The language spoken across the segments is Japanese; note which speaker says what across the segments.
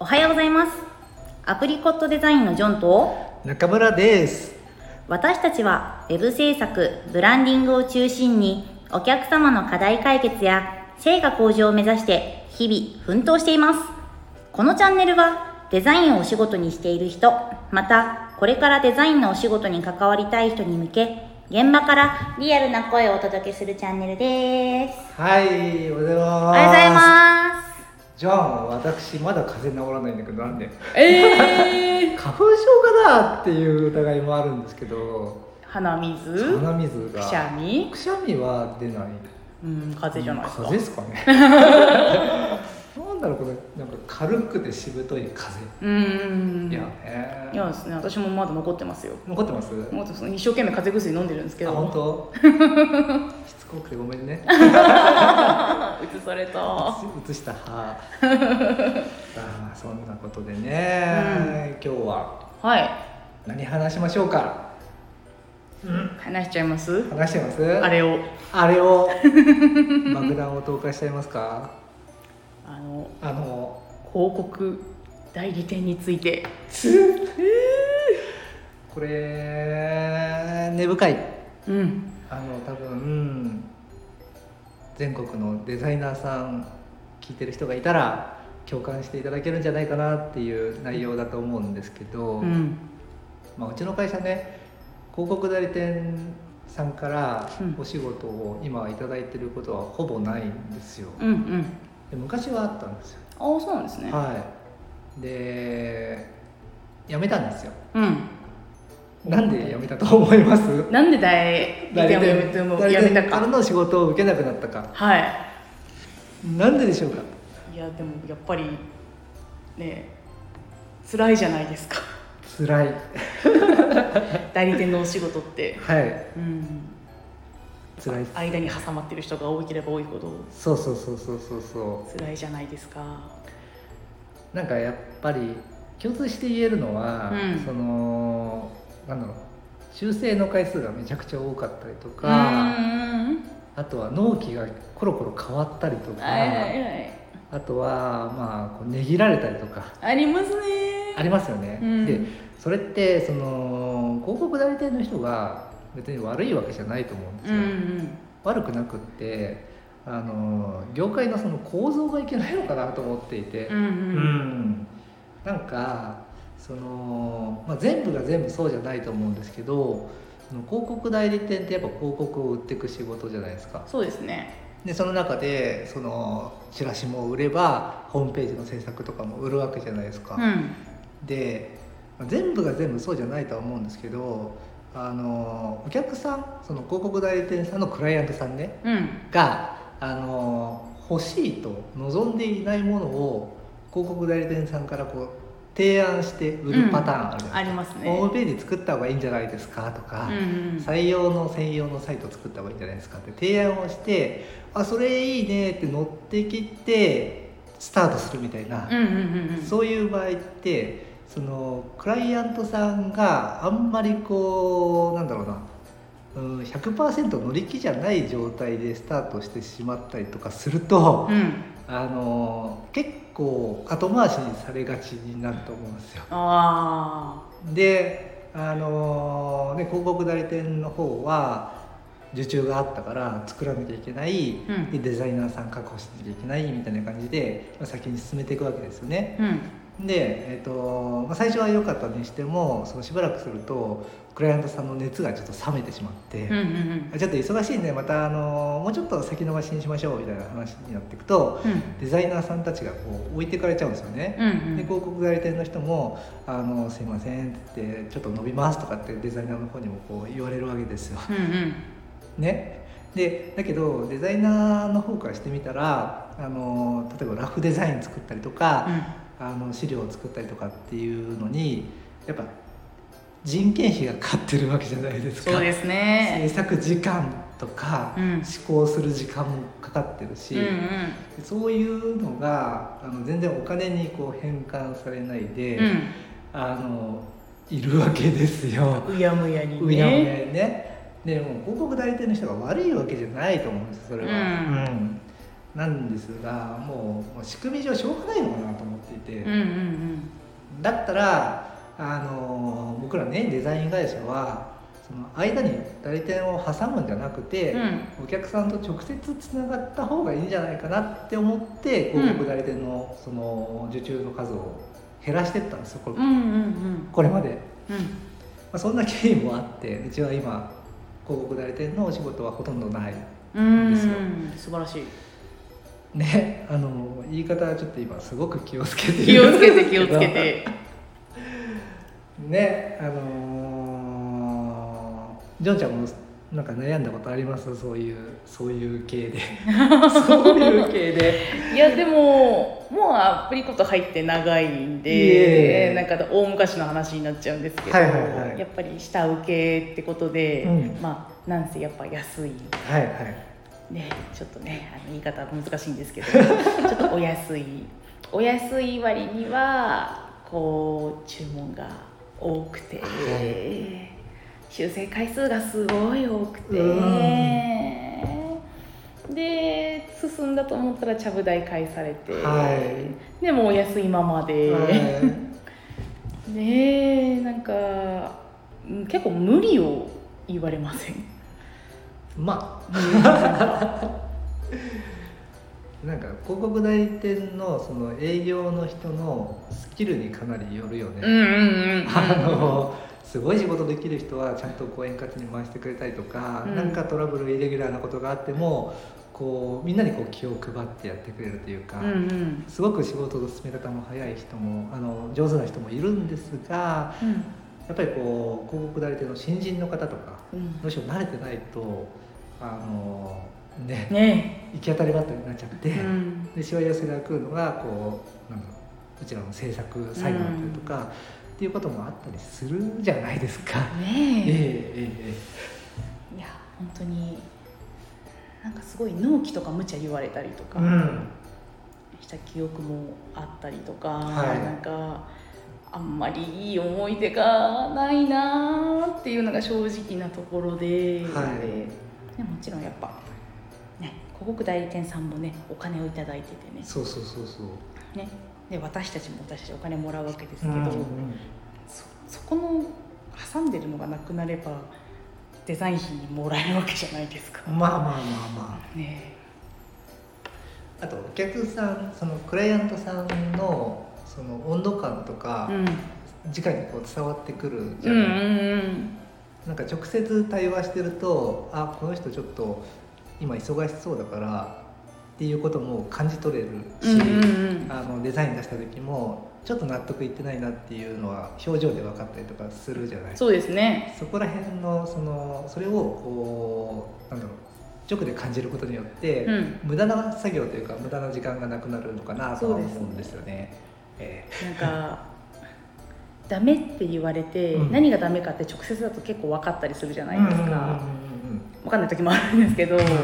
Speaker 1: はようございますアプリコットデザインのジョンと
Speaker 2: 中村です
Speaker 1: 私たちは Web 制作ブランディングを中心にお客様の課題解決や成果向上を目指して日々奮闘していますこのチャンネルはデザインをお仕事にしている人またこれからデザインのお仕事に関わりたい人に向け現場からリアルな声をお届けするチャンネルです
Speaker 2: はいおはようございます
Speaker 1: おはようございます
Speaker 2: じゃあ私まだ風邪治らないんだけどなんで
Speaker 1: えー、
Speaker 2: 花粉症かなっていう疑いもあるんですけど
Speaker 1: 鼻水
Speaker 2: 鼻水
Speaker 1: く
Speaker 2: が
Speaker 1: しゃみ
Speaker 2: くしゃみは出ない
Speaker 1: うん風邪じゃないですか
Speaker 2: 風邪ですかね なんだろうこれなんか軽くてしぶとい風
Speaker 1: うーん
Speaker 2: いやね
Speaker 1: いやですね私もまだ残ってますよ
Speaker 2: 残ってます
Speaker 1: もうちょっと一生懸命風邪薬飲んでるんですけ
Speaker 2: あ
Speaker 1: ど
Speaker 2: 本 当しつこくてごめんね
Speaker 1: うつされた
Speaker 2: 映した 歯あーそんなことでね、今日は
Speaker 1: はい
Speaker 2: 何話しましょうか、
Speaker 1: 話しちゃいます
Speaker 2: 話してます
Speaker 1: あれを
Speaker 2: あれを爆弾を投下しちゃいますか
Speaker 1: あの
Speaker 2: あの
Speaker 1: 広告代理店について
Speaker 2: これ根深い
Speaker 1: うん
Speaker 2: あの多分全国のデザイナーさん聞いてる人がいたら共感していただけるんじゃないかなっていう内容だと思うんですけど、
Speaker 1: うん
Speaker 2: まあ、うちの会社ね広告代理店さんから
Speaker 1: うん
Speaker 2: お仕事を今いただいてることはほぼないんですよ、
Speaker 1: うんうん
Speaker 2: で昔はあったんですよ、
Speaker 1: あそうなんですね
Speaker 2: はいで辞めたんですよ
Speaker 1: うん
Speaker 2: なんで辞めたと思います
Speaker 1: なんで代理店をやめてもやめた
Speaker 2: から
Speaker 1: か
Speaker 2: の仕事を受けなくなったか
Speaker 1: は
Speaker 2: なんででしょうか
Speaker 1: いいやでもやっぱりね辛いじゃないですか
Speaker 2: 辛い
Speaker 1: 代理店のお仕事って
Speaker 2: はい
Speaker 1: うん
Speaker 2: 辛い
Speaker 1: 間に挟まってる人が多ければ多いほど
Speaker 2: そうそうそうそうそうそう
Speaker 1: 辛いじゃないですか
Speaker 2: なんかやっぱり共通して言えるのは、
Speaker 1: うん
Speaker 2: そのなんだろう修正の回数がめちゃくちゃ多かったりと
Speaker 1: うー
Speaker 2: か、
Speaker 1: ん
Speaker 2: あとは納期がコロコロ変わったりとか、
Speaker 1: はいはいはい
Speaker 2: あとはまあこう値切られたりとか
Speaker 1: ありますね
Speaker 2: ありますよね。
Speaker 1: うん
Speaker 2: でそれってその広告代理店の人が別に悪いわけじゃないと思うんです
Speaker 1: う
Speaker 2: よ。
Speaker 1: ん
Speaker 2: 悪くなくってあの業界のその構造がいけないのかなと思っていて。
Speaker 1: うんうん
Speaker 2: う
Speaker 1: うん
Speaker 2: んなんかその、まあ、全部が全部そうじゃないと思うんですけどその広告代理店ってやっぱ広告を売っていく仕事じゃないですか
Speaker 1: そうですね
Speaker 2: でその中でそのチラシも売ればホームページの制作とかも売るわけじゃないですか、
Speaker 1: うん
Speaker 2: でまあ全部が全部そうじゃないとは思うんですけどあのお客さんその広告代理店さんのクライアントさんね
Speaker 1: うん
Speaker 2: があの欲しいと望んでいないものを広告代理店さんからこう提案して売るパターンあるじゃな
Speaker 1: あ
Speaker 2: い
Speaker 1: り
Speaker 2: ですか
Speaker 1: ますね
Speaker 2: ホームページ作った方がいいんじゃないですかとか、
Speaker 1: うんうん
Speaker 2: 採用の専用のサイト作った方がいいんじゃないですかって提案をしてあそれいいねって乗ってきてスタートするみたいな、
Speaker 1: うんうんうんうん
Speaker 2: そういう場合ってそのクライアントさんがあんまりこうなんだろうな、うん、100%乗り気じゃない状態でスタートしてしまったりとかすると、
Speaker 1: うん
Speaker 2: あの結構後回しにされがちになると思うんですよ。
Speaker 1: あ
Speaker 2: であの、ね、広告代理店の方は受注があったから作らなきゃいけない、
Speaker 1: うん
Speaker 2: でデザイナーさん確保しなきゃいけないみたいな感じで、まあ、先に進めていくわけですよね。
Speaker 1: ーうん
Speaker 2: で、えっとまあ、最初は良かったにしてもそのしばらくするとクライアントさんの熱がちょっと冷めてしまって、
Speaker 1: うんうん
Speaker 2: ちょっと忙しいんでまたあのもうちょっと先延ばしにしましょうみたいな話になっていくと
Speaker 1: うん
Speaker 2: デザイナーさんたちがこう置いてかれちゃうんですよね。
Speaker 1: うんう
Speaker 2: で
Speaker 1: ん
Speaker 2: 広告代理店の人も「あのすいません」って「ちょっと伸びます」とかってデザイナーの方にもこう言われるわけですよ。
Speaker 1: うんうん
Speaker 2: ね、でだけどデザイナーの方からしてみたらあの例えばラフデザイン作ったりとか、あの資料を作ったりとかっていうのにやっぱ人件費がかかってるわけじゃないですか
Speaker 1: そうですね
Speaker 2: 制作時間とか、
Speaker 1: うん
Speaker 2: 試行する時間もかかってるし、
Speaker 1: うんうん
Speaker 2: そういうのがあの全然お金にこう変換されないで、あのいるわけですよ。
Speaker 1: うんうやむやにね
Speaker 2: うやむやにねでもう広告代理店の人が悪いわけじゃないと思うんですそれは、
Speaker 1: うん
Speaker 2: うんなんですがもうもう仕組み上しょうがないのかなと思っていて、
Speaker 1: うんうん
Speaker 2: だったらあの僕らねデザイン会社はその間に代理店を挟むんじゃなくて、
Speaker 1: うんうん
Speaker 2: お客さんと直接つながった方がいいんじゃないかなって思って
Speaker 1: うん
Speaker 2: 広告代理店のその受注の数を減らしてったんですよこれ,、
Speaker 1: うんうん
Speaker 2: これまで、ま
Speaker 1: うんうん
Speaker 2: あ、そんな経緯もあってうちは今広告代理店のお仕事はほとんどない
Speaker 1: うん
Speaker 2: ですよ
Speaker 1: 素晴らしい
Speaker 2: ねあの言い方はちょっと今すごく気をつけて
Speaker 1: 気をつけて気をつけて
Speaker 2: ねあのージョンちゃんもなんか悩んだことありますそういうそういう系 でそういう系で
Speaker 1: いやでももうアプリコット入って長いん
Speaker 2: いえい
Speaker 1: で
Speaker 2: え
Speaker 1: なんか大昔の話になっちゃうんですけど、
Speaker 2: はいはいはい
Speaker 1: やっぱり下請けってことで、
Speaker 2: うん
Speaker 1: まあなんせやっぱ安い
Speaker 2: はいはい
Speaker 1: ねちょっとねあの言い方は難しいんですけど ちょっとお安いお安い割にはこう注文が多くて、修正回数がすごい多くてで進んだと思ったらちゃぶ台返されて、
Speaker 2: は
Speaker 1: でもうお安いままで、
Speaker 2: は
Speaker 1: ねえなんかうん結構無理を言われま せん
Speaker 2: いまあなんか広告代理店のその営業の人のスキルにかなりよるよ
Speaker 1: うん
Speaker 2: ね、
Speaker 1: うんうんうん
Speaker 2: あのすごい仕事できる人はちゃんとこう円滑に回してくれたりとか、
Speaker 1: うん
Speaker 2: なんかトラブルイレギュラーなことがあってもこうみんなにこう気を配ってやってくれるというか、
Speaker 1: うんうん
Speaker 2: すごく仕事の進め方も早い人もあの上手な人もいるんですが
Speaker 1: うん
Speaker 2: やっぱりこう広告代理店の新人の方とか
Speaker 1: うん
Speaker 2: どうしよう慣れてないとあのね
Speaker 1: ね
Speaker 2: 行き当たりばったりになっちゃって、
Speaker 1: え、うん、
Speaker 2: でしわ寄せが来るのがこうなんだろううちらの制作最後だったりとか、っていうこともあったりするじゃないですか。え
Speaker 1: ね
Speaker 2: ええええ
Speaker 1: えいや本当になんかすごい納期とか無茶言われたりと
Speaker 2: え
Speaker 1: か
Speaker 2: うん
Speaker 1: した記憶もあったりとか、
Speaker 2: はい
Speaker 1: なんかあんまりいい思い出がないなーっていうのが正直なところで、
Speaker 2: はい
Speaker 1: でもちろんやっぱね広告代理店さんもねお金を頂いただいててね
Speaker 2: そうそうそうそう。
Speaker 1: ねで私たちも私たちお金もらうわけですけ
Speaker 2: う
Speaker 1: ど、
Speaker 2: ん
Speaker 1: そそこの挟んでるのがなくなればデザイン費もらえるわけじゃないですか。
Speaker 2: まあまあまあま
Speaker 1: ね
Speaker 2: あ。あとお客さんそのクライアントさんのその温度感とか、
Speaker 1: うん、
Speaker 2: 直にこう伝わってくるじ
Speaker 1: う
Speaker 2: ゃ
Speaker 1: ん
Speaker 2: ない、
Speaker 1: うん
Speaker 2: なんか直接対話してるとあこの人ちょっと今忙しそうだからっていうことも感じ取れる
Speaker 1: うんう
Speaker 2: し、
Speaker 1: んうん
Speaker 2: あのデザイン出した時もちょっと納得いってないなっていうのは表情で分かったりとかするじゃない
Speaker 1: そうですね
Speaker 2: そこら辺のそのそれをこうなんだろう直で感じることによって、
Speaker 1: うん
Speaker 2: 無駄な作業というか無駄な時間がなくなるのかなとは思うんですよね。え
Speaker 1: なんかダメって言われて、
Speaker 2: うん
Speaker 1: 何がダメかって直接だと結構分かったりするじゃ
Speaker 2: え
Speaker 1: ないですか、分かんない時もあるんですけど、
Speaker 2: うんうんうんうん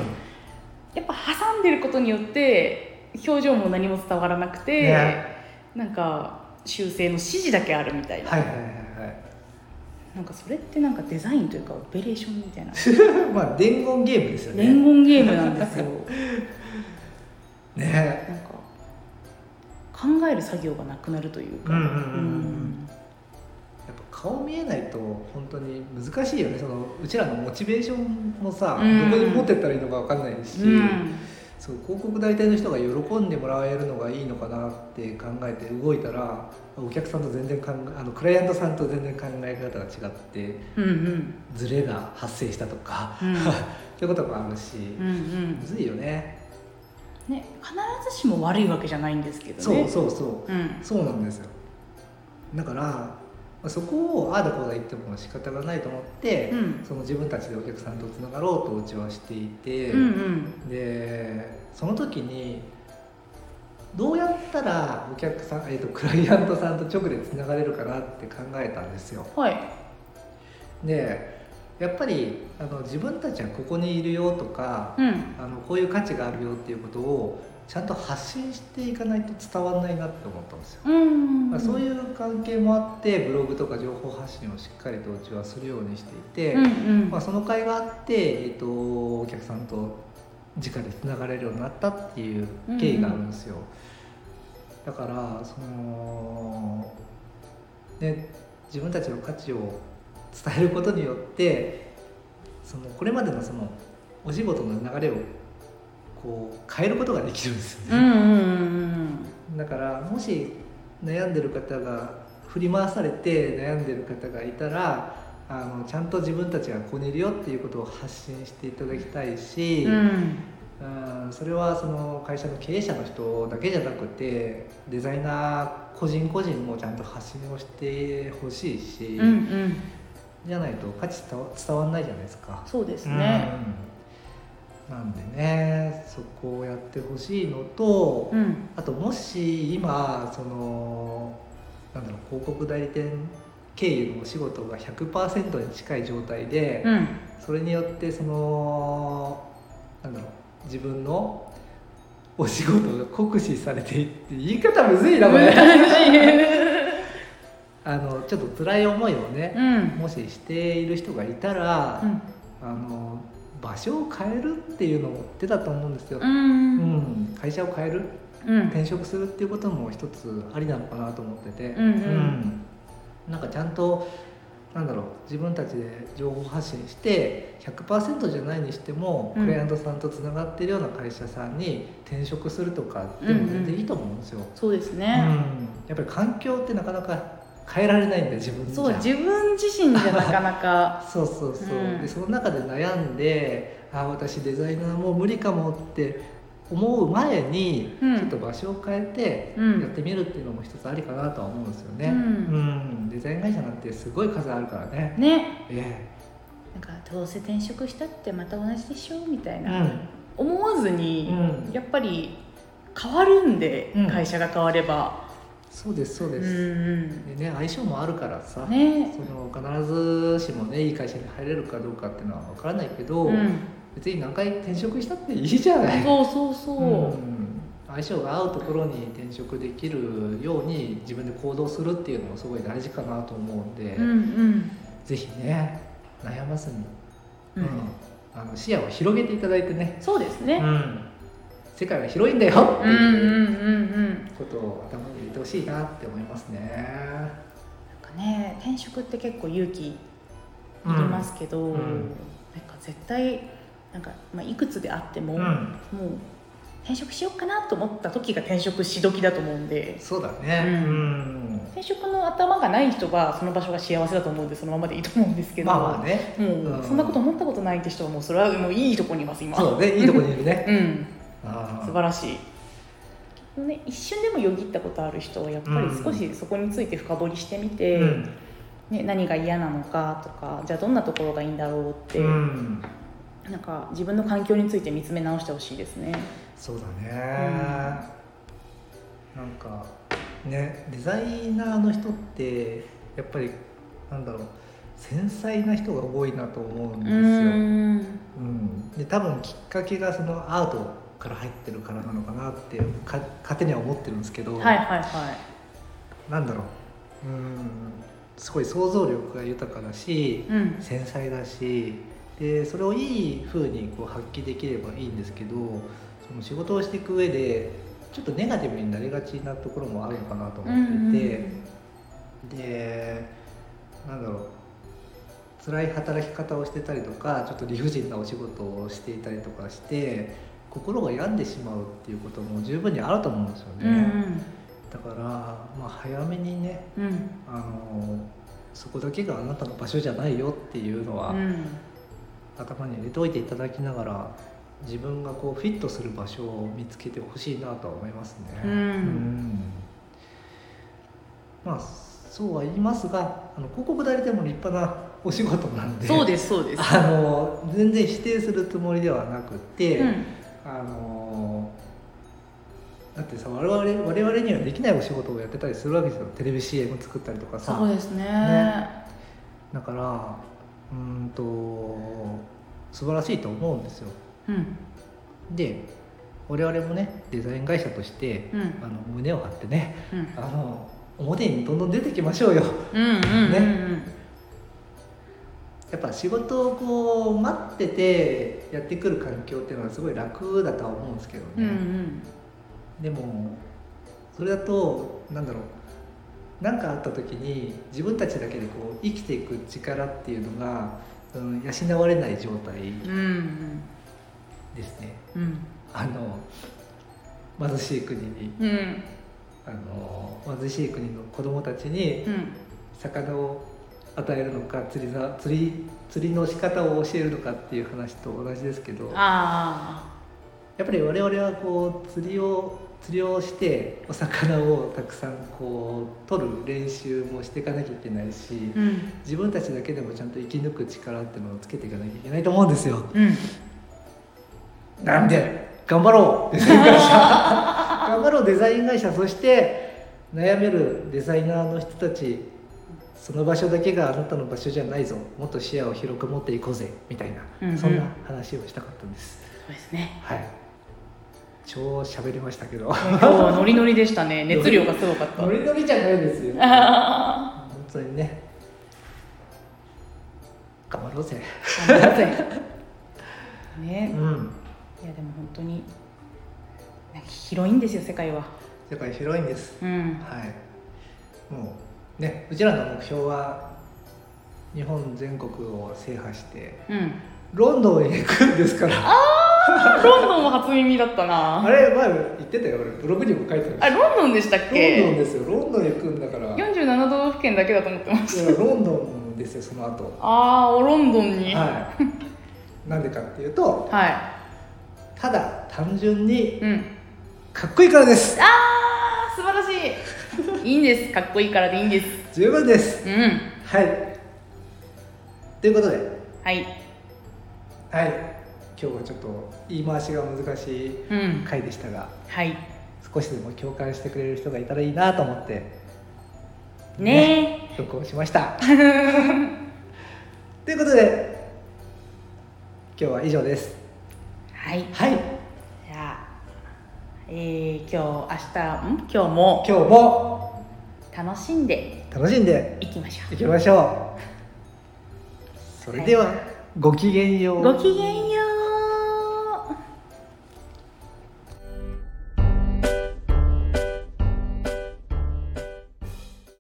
Speaker 1: やっぱ挟んでることによって表情も何も伝わらなくて、
Speaker 2: ね
Speaker 1: なんか修正の指示だけあるみたいな、
Speaker 2: はいはいはいはい。
Speaker 1: なんかそれってなんかデザインというかオペレーションみたいな
Speaker 2: まあ伝言ゲームですよ
Speaker 1: 伝
Speaker 2: ね。
Speaker 1: 言ゲームなんですよ
Speaker 2: ね。
Speaker 1: なんか考える作業がなくなるというか
Speaker 2: うんうんうんうんやっぱ顔見えないと本当に難しいよね。そのうちらのモチベーションもさ、
Speaker 1: うん
Speaker 2: どこに持ってったらいいのかわかんないし、
Speaker 1: うん
Speaker 2: そう広告代理店の人が喜んでもらえるのがいいのかなって考えて動いたら、お客さんと全然考えあのクライアントさんと全然考え方が違って
Speaker 1: うんうん
Speaker 2: ズレが発生したとか、
Speaker 1: うん
Speaker 2: そういうこともあるし、
Speaker 1: うんうん
Speaker 2: むずいよね。
Speaker 1: ね、必ずしも悪いわけじゃないんですけど
Speaker 2: そう
Speaker 1: ね。
Speaker 2: そうそう。
Speaker 1: うん、
Speaker 2: そうなんですよだからまあそこをああだこうだ言っても仕方がないと思って、
Speaker 1: うん
Speaker 2: その自分たちでお客さんとつながろうとうちはしていて、
Speaker 1: うんうん
Speaker 2: でその時にどうやったらお客さん、えー、とクライアントさんと直でつながれるかなって考えたんですよ
Speaker 1: はい
Speaker 2: でやっぱりあの自分たちはここにいるよとか、
Speaker 1: うん
Speaker 2: あのこういう価値があるよっていうことをちゃんと発信していかないと伝わらないなって思ったんですよ
Speaker 1: うん
Speaker 2: まあ、そう
Speaker 1: う
Speaker 2: いう関係もあってブログとか情報発信をしっかりとうちはするようにしていて、
Speaker 1: んうん
Speaker 2: まあ、その会があって、えっとお客さんと直でつながれるようになったっていう経緯があるんですよ、だからそのね自分たちの価値を伝えることによってそのこれまでのそのお仕事の流れをこう変えることができるんですよ
Speaker 1: う
Speaker 2: ね、
Speaker 1: んうんうん
Speaker 2: だからもし悩んでる方が振り回されて悩んでる方がいたらあのちゃんと自分たちがここにいるよっていうことを発信していただきたいし、
Speaker 1: うんうん
Speaker 2: うんそれはその会社の経営者の人だけじゃなくてデザイナー個人個人もちゃんと発信をしてほしいし、
Speaker 1: うんうん
Speaker 2: じゃないと価値伝わ伝わんないじゃないですか。
Speaker 1: そうですね
Speaker 2: うんなんでねそこをやってほしいのと、
Speaker 1: うん
Speaker 2: あともし今そのなんだろう広告代理店経由のお仕事が100%に近い状態で、
Speaker 1: うん
Speaker 2: それによってそのなんだろう自分のお仕事が酷使されていって言い方むずいなこれ
Speaker 1: 難しい
Speaker 2: あのちょっと辛い思いをね、
Speaker 1: うん
Speaker 2: もししている人がいたら、
Speaker 1: うん
Speaker 2: あの場所を変えるっていうのも出たと思うんですよ、
Speaker 1: う
Speaker 2: うんん会社を変える
Speaker 1: うん
Speaker 2: 転職するっていうことも一つありなのかなと思ってて、
Speaker 1: うんうん
Speaker 2: うんなんかちゃんとなんだろう自分たちで情報発信して100%じゃないにしても、
Speaker 1: うん
Speaker 2: クライアントさんとつながってるような会社さんに転職するとかでも全然いいと思うんですよ、
Speaker 1: そうです
Speaker 2: うん
Speaker 1: ね
Speaker 2: やっぱり環境ってなかなか変えられないんだ自分じゃ
Speaker 1: そう自分自身じゃなかな か
Speaker 2: そうそうそう、
Speaker 1: うん
Speaker 2: でその中で悩んであ私デザイナーもう無理かもって思う前に、
Speaker 1: うん
Speaker 2: ちょっと場所を変え
Speaker 1: うん
Speaker 2: てやってみるっていうのも一つありかなとは思うんですよね、
Speaker 1: う
Speaker 2: うんんデザイン会社なんてすごい数あるからね、
Speaker 1: ね
Speaker 2: え
Speaker 1: なんかどうせ転職したってまた同じでしょみたい
Speaker 2: え
Speaker 1: な、思わずに、
Speaker 2: うん
Speaker 1: やっぱり変わるんで、
Speaker 2: うん
Speaker 1: 会社が変われば
Speaker 2: そうですそう
Speaker 1: う
Speaker 2: です、
Speaker 1: ん
Speaker 2: でね相性もあるからさ、
Speaker 1: ね
Speaker 2: その必ずしもねいい会社に入れるかどうかっていうのは分からないけど、
Speaker 1: うん、
Speaker 2: 別に何回転職したっていいじゃない
Speaker 1: そうそうそう、
Speaker 2: うん相性が合うところに転職できるように自分で行動するっていうのもすごい大事かなと思うんで、
Speaker 1: うんうん
Speaker 2: ぜひね悩まずに、
Speaker 1: うん
Speaker 2: うんあの視野を広げていただいてね、
Speaker 1: そうです
Speaker 2: う
Speaker 1: ね、
Speaker 2: ん世界は広いんだよって
Speaker 1: うん、うん
Speaker 2: いう
Speaker 1: うんうん
Speaker 2: ことを頭に入れてほしいなって思いますね。
Speaker 1: なんかね転職って結構勇気いりますけど、
Speaker 2: うんうん
Speaker 1: なんか絶対なんか、まあ、いくつであっても、
Speaker 2: うん、
Speaker 1: もう転職しようかなと思った時が転職し時だと思うんで
Speaker 2: そうだね、
Speaker 1: うん
Speaker 2: うん
Speaker 1: 転職の頭がない人はその場所が幸せだと思うんでそのままでいいと思うんですけど、
Speaker 2: まあまあね
Speaker 1: も
Speaker 2: う
Speaker 1: うんそんなこと思ったことないって人はもうそれはもういいとこにいます今
Speaker 2: そうねいいとこにいるね。
Speaker 1: うん
Speaker 2: あー
Speaker 1: 素晴らしい、ね、一瞬でもよぎったことある人はやっぱり少しそこについて深掘りしてみて、
Speaker 2: うん
Speaker 1: ね、何が嫌なのかとかじゃあどんなところがいいんだろうって、
Speaker 2: うん
Speaker 1: なんか自分の環境について見つめ直してほしいですね
Speaker 2: そうだね、なんかねデザイナーの人ってやっぱりなんだろう繊細な人が多いなと思うんですよ、うん
Speaker 1: ん
Speaker 2: で多分きっかけがそのアートから入ってるからなのかなってか勝手には思ってるんですけど、
Speaker 1: はいはいは
Speaker 2: なんだろううんすごい想像力が豊かだし
Speaker 1: い、うん
Speaker 2: 繊細だしでそれをいい風にこう発揮できればいいんですけどその仕事をしていく上でちょっとネガティブになりがちなところもあるのかなと思っていて、でなんだろう辛い働き方をしてたりとかちょっと理不尽なお仕事をしていたりとかして心が病んでしまうっていうことも十分にあると思うんですよね。
Speaker 1: うんうん
Speaker 2: だから、まあ、早めにね
Speaker 1: うん
Speaker 2: あのそこだけがあなたの場所じゃないよっていうのは、
Speaker 1: うんうん
Speaker 2: 頭に入れておいていただきながら自分がこうフィットする場所を見つけてほしいなとは思いますね。
Speaker 1: うん
Speaker 2: んまあそうは言いますがあの広告代理店も立派なお仕事なんで
Speaker 1: そうですそうです
Speaker 2: あの全然否定するつもりではなくて、
Speaker 1: うん
Speaker 2: あのだってさ我々我々にはできないお仕事をやってたりするわけですよテレビ CM 作ったりとかさ。
Speaker 1: そうですね
Speaker 2: ねだからうーんと素晴らしいと思うんですよ
Speaker 1: うん
Speaker 2: で我々もねデザイン会社として
Speaker 1: うん
Speaker 2: あの胸を張ってね
Speaker 1: うん
Speaker 2: あの表にどんどん出てきましょうよ
Speaker 1: うんうんうんうん
Speaker 2: ねやっぱ仕事をこう待っててやってくる環境っていうのはすごい楽だとは思うんですけどね、
Speaker 1: うんうん
Speaker 2: でもそれだとなんだろう何かあった時に自分たちだけでこう生きていく力っていうのが、うん、養われない状態
Speaker 1: うん
Speaker 2: ですね。
Speaker 1: うん
Speaker 2: あの貧しい国に
Speaker 1: うんうん
Speaker 2: あの貧しい国の子供たちに魚を与えるのか釣りざ釣り釣りの仕方を教えるのかっていう話と同じですけど
Speaker 1: うんあ
Speaker 2: やっぱり我々はこう釣りを釣りをしてお魚をたくさんこう取る練習もしていかなきゃいけないし、
Speaker 1: あうん
Speaker 2: 自分たちだけでもちゃんと生き抜く力っていうのをつけていかなきゃいけないと思うんですよ。
Speaker 1: うん
Speaker 2: なんで頑張ろ うデザイン会社頑張ろうデザイン会社そして悩めるデザイナーの人たちその場所だけがあなたの場所じゃないぞもっと視野を広く持っていこうぜみたいな、
Speaker 1: うんうん
Speaker 2: そんな話をしたかったんです
Speaker 1: そうですね
Speaker 2: はい超喋りましたけど
Speaker 1: 今日はノリノリでしたね熱量がすごかった
Speaker 2: ノリノリじゃないですよ 本
Speaker 1: あ
Speaker 2: 当にね頑張ろう
Speaker 1: ー
Speaker 2: ぜ
Speaker 1: ありがとうございます
Speaker 2: う
Speaker 1: ね
Speaker 2: ん
Speaker 1: いやでも本当になんか広いんですよ世界は
Speaker 2: 世界広いんです
Speaker 1: うん
Speaker 2: はい、もうねうちらの目標は日本全国を制覇して
Speaker 1: うん
Speaker 2: ロンドンへ行くんですからあ
Speaker 1: ロンドンも初耳だったな
Speaker 2: れ前言ってたよ俺ブログにも書いてた
Speaker 1: あ
Speaker 2: よ
Speaker 1: ロンドンでしたっけ
Speaker 2: ロンドンですよロンドンへ行くんだからいや
Speaker 1: 47都道府県だけだと思ってました
Speaker 2: ロンドンですよその後
Speaker 1: ああロンドンには
Speaker 2: はいなんでかっていうと
Speaker 1: い、
Speaker 2: ただ単純に
Speaker 1: うん
Speaker 2: かっこいいからです
Speaker 1: あー素晴らしいいいんですかっこいいからでいいんです
Speaker 2: 十分です
Speaker 1: うん
Speaker 2: はいということで
Speaker 1: はい
Speaker 2: はい今日はちょっと言い回しが難しい
Speaker 1: うん
Speaker 2: 回でしたが
Speaker 1: はい
Speaker 2: 少しでも共感してくれる人がいたらいいなと思って
Speaker 1: ね
Speaker 2: 録音しました ということで今日は以上です
Speaker 1: はい
Speaker 2: はい
Speaker 1: じゃあえー、今日明日ん今日も
Speaker 2: 今日も
Speaker 1: 楽しんで
Speaker 2: 楽しんで
Speaker 1: いきましょう
Speaker 2: いきましょうそれではごきげんよう
Speaker 1: ごきげんよう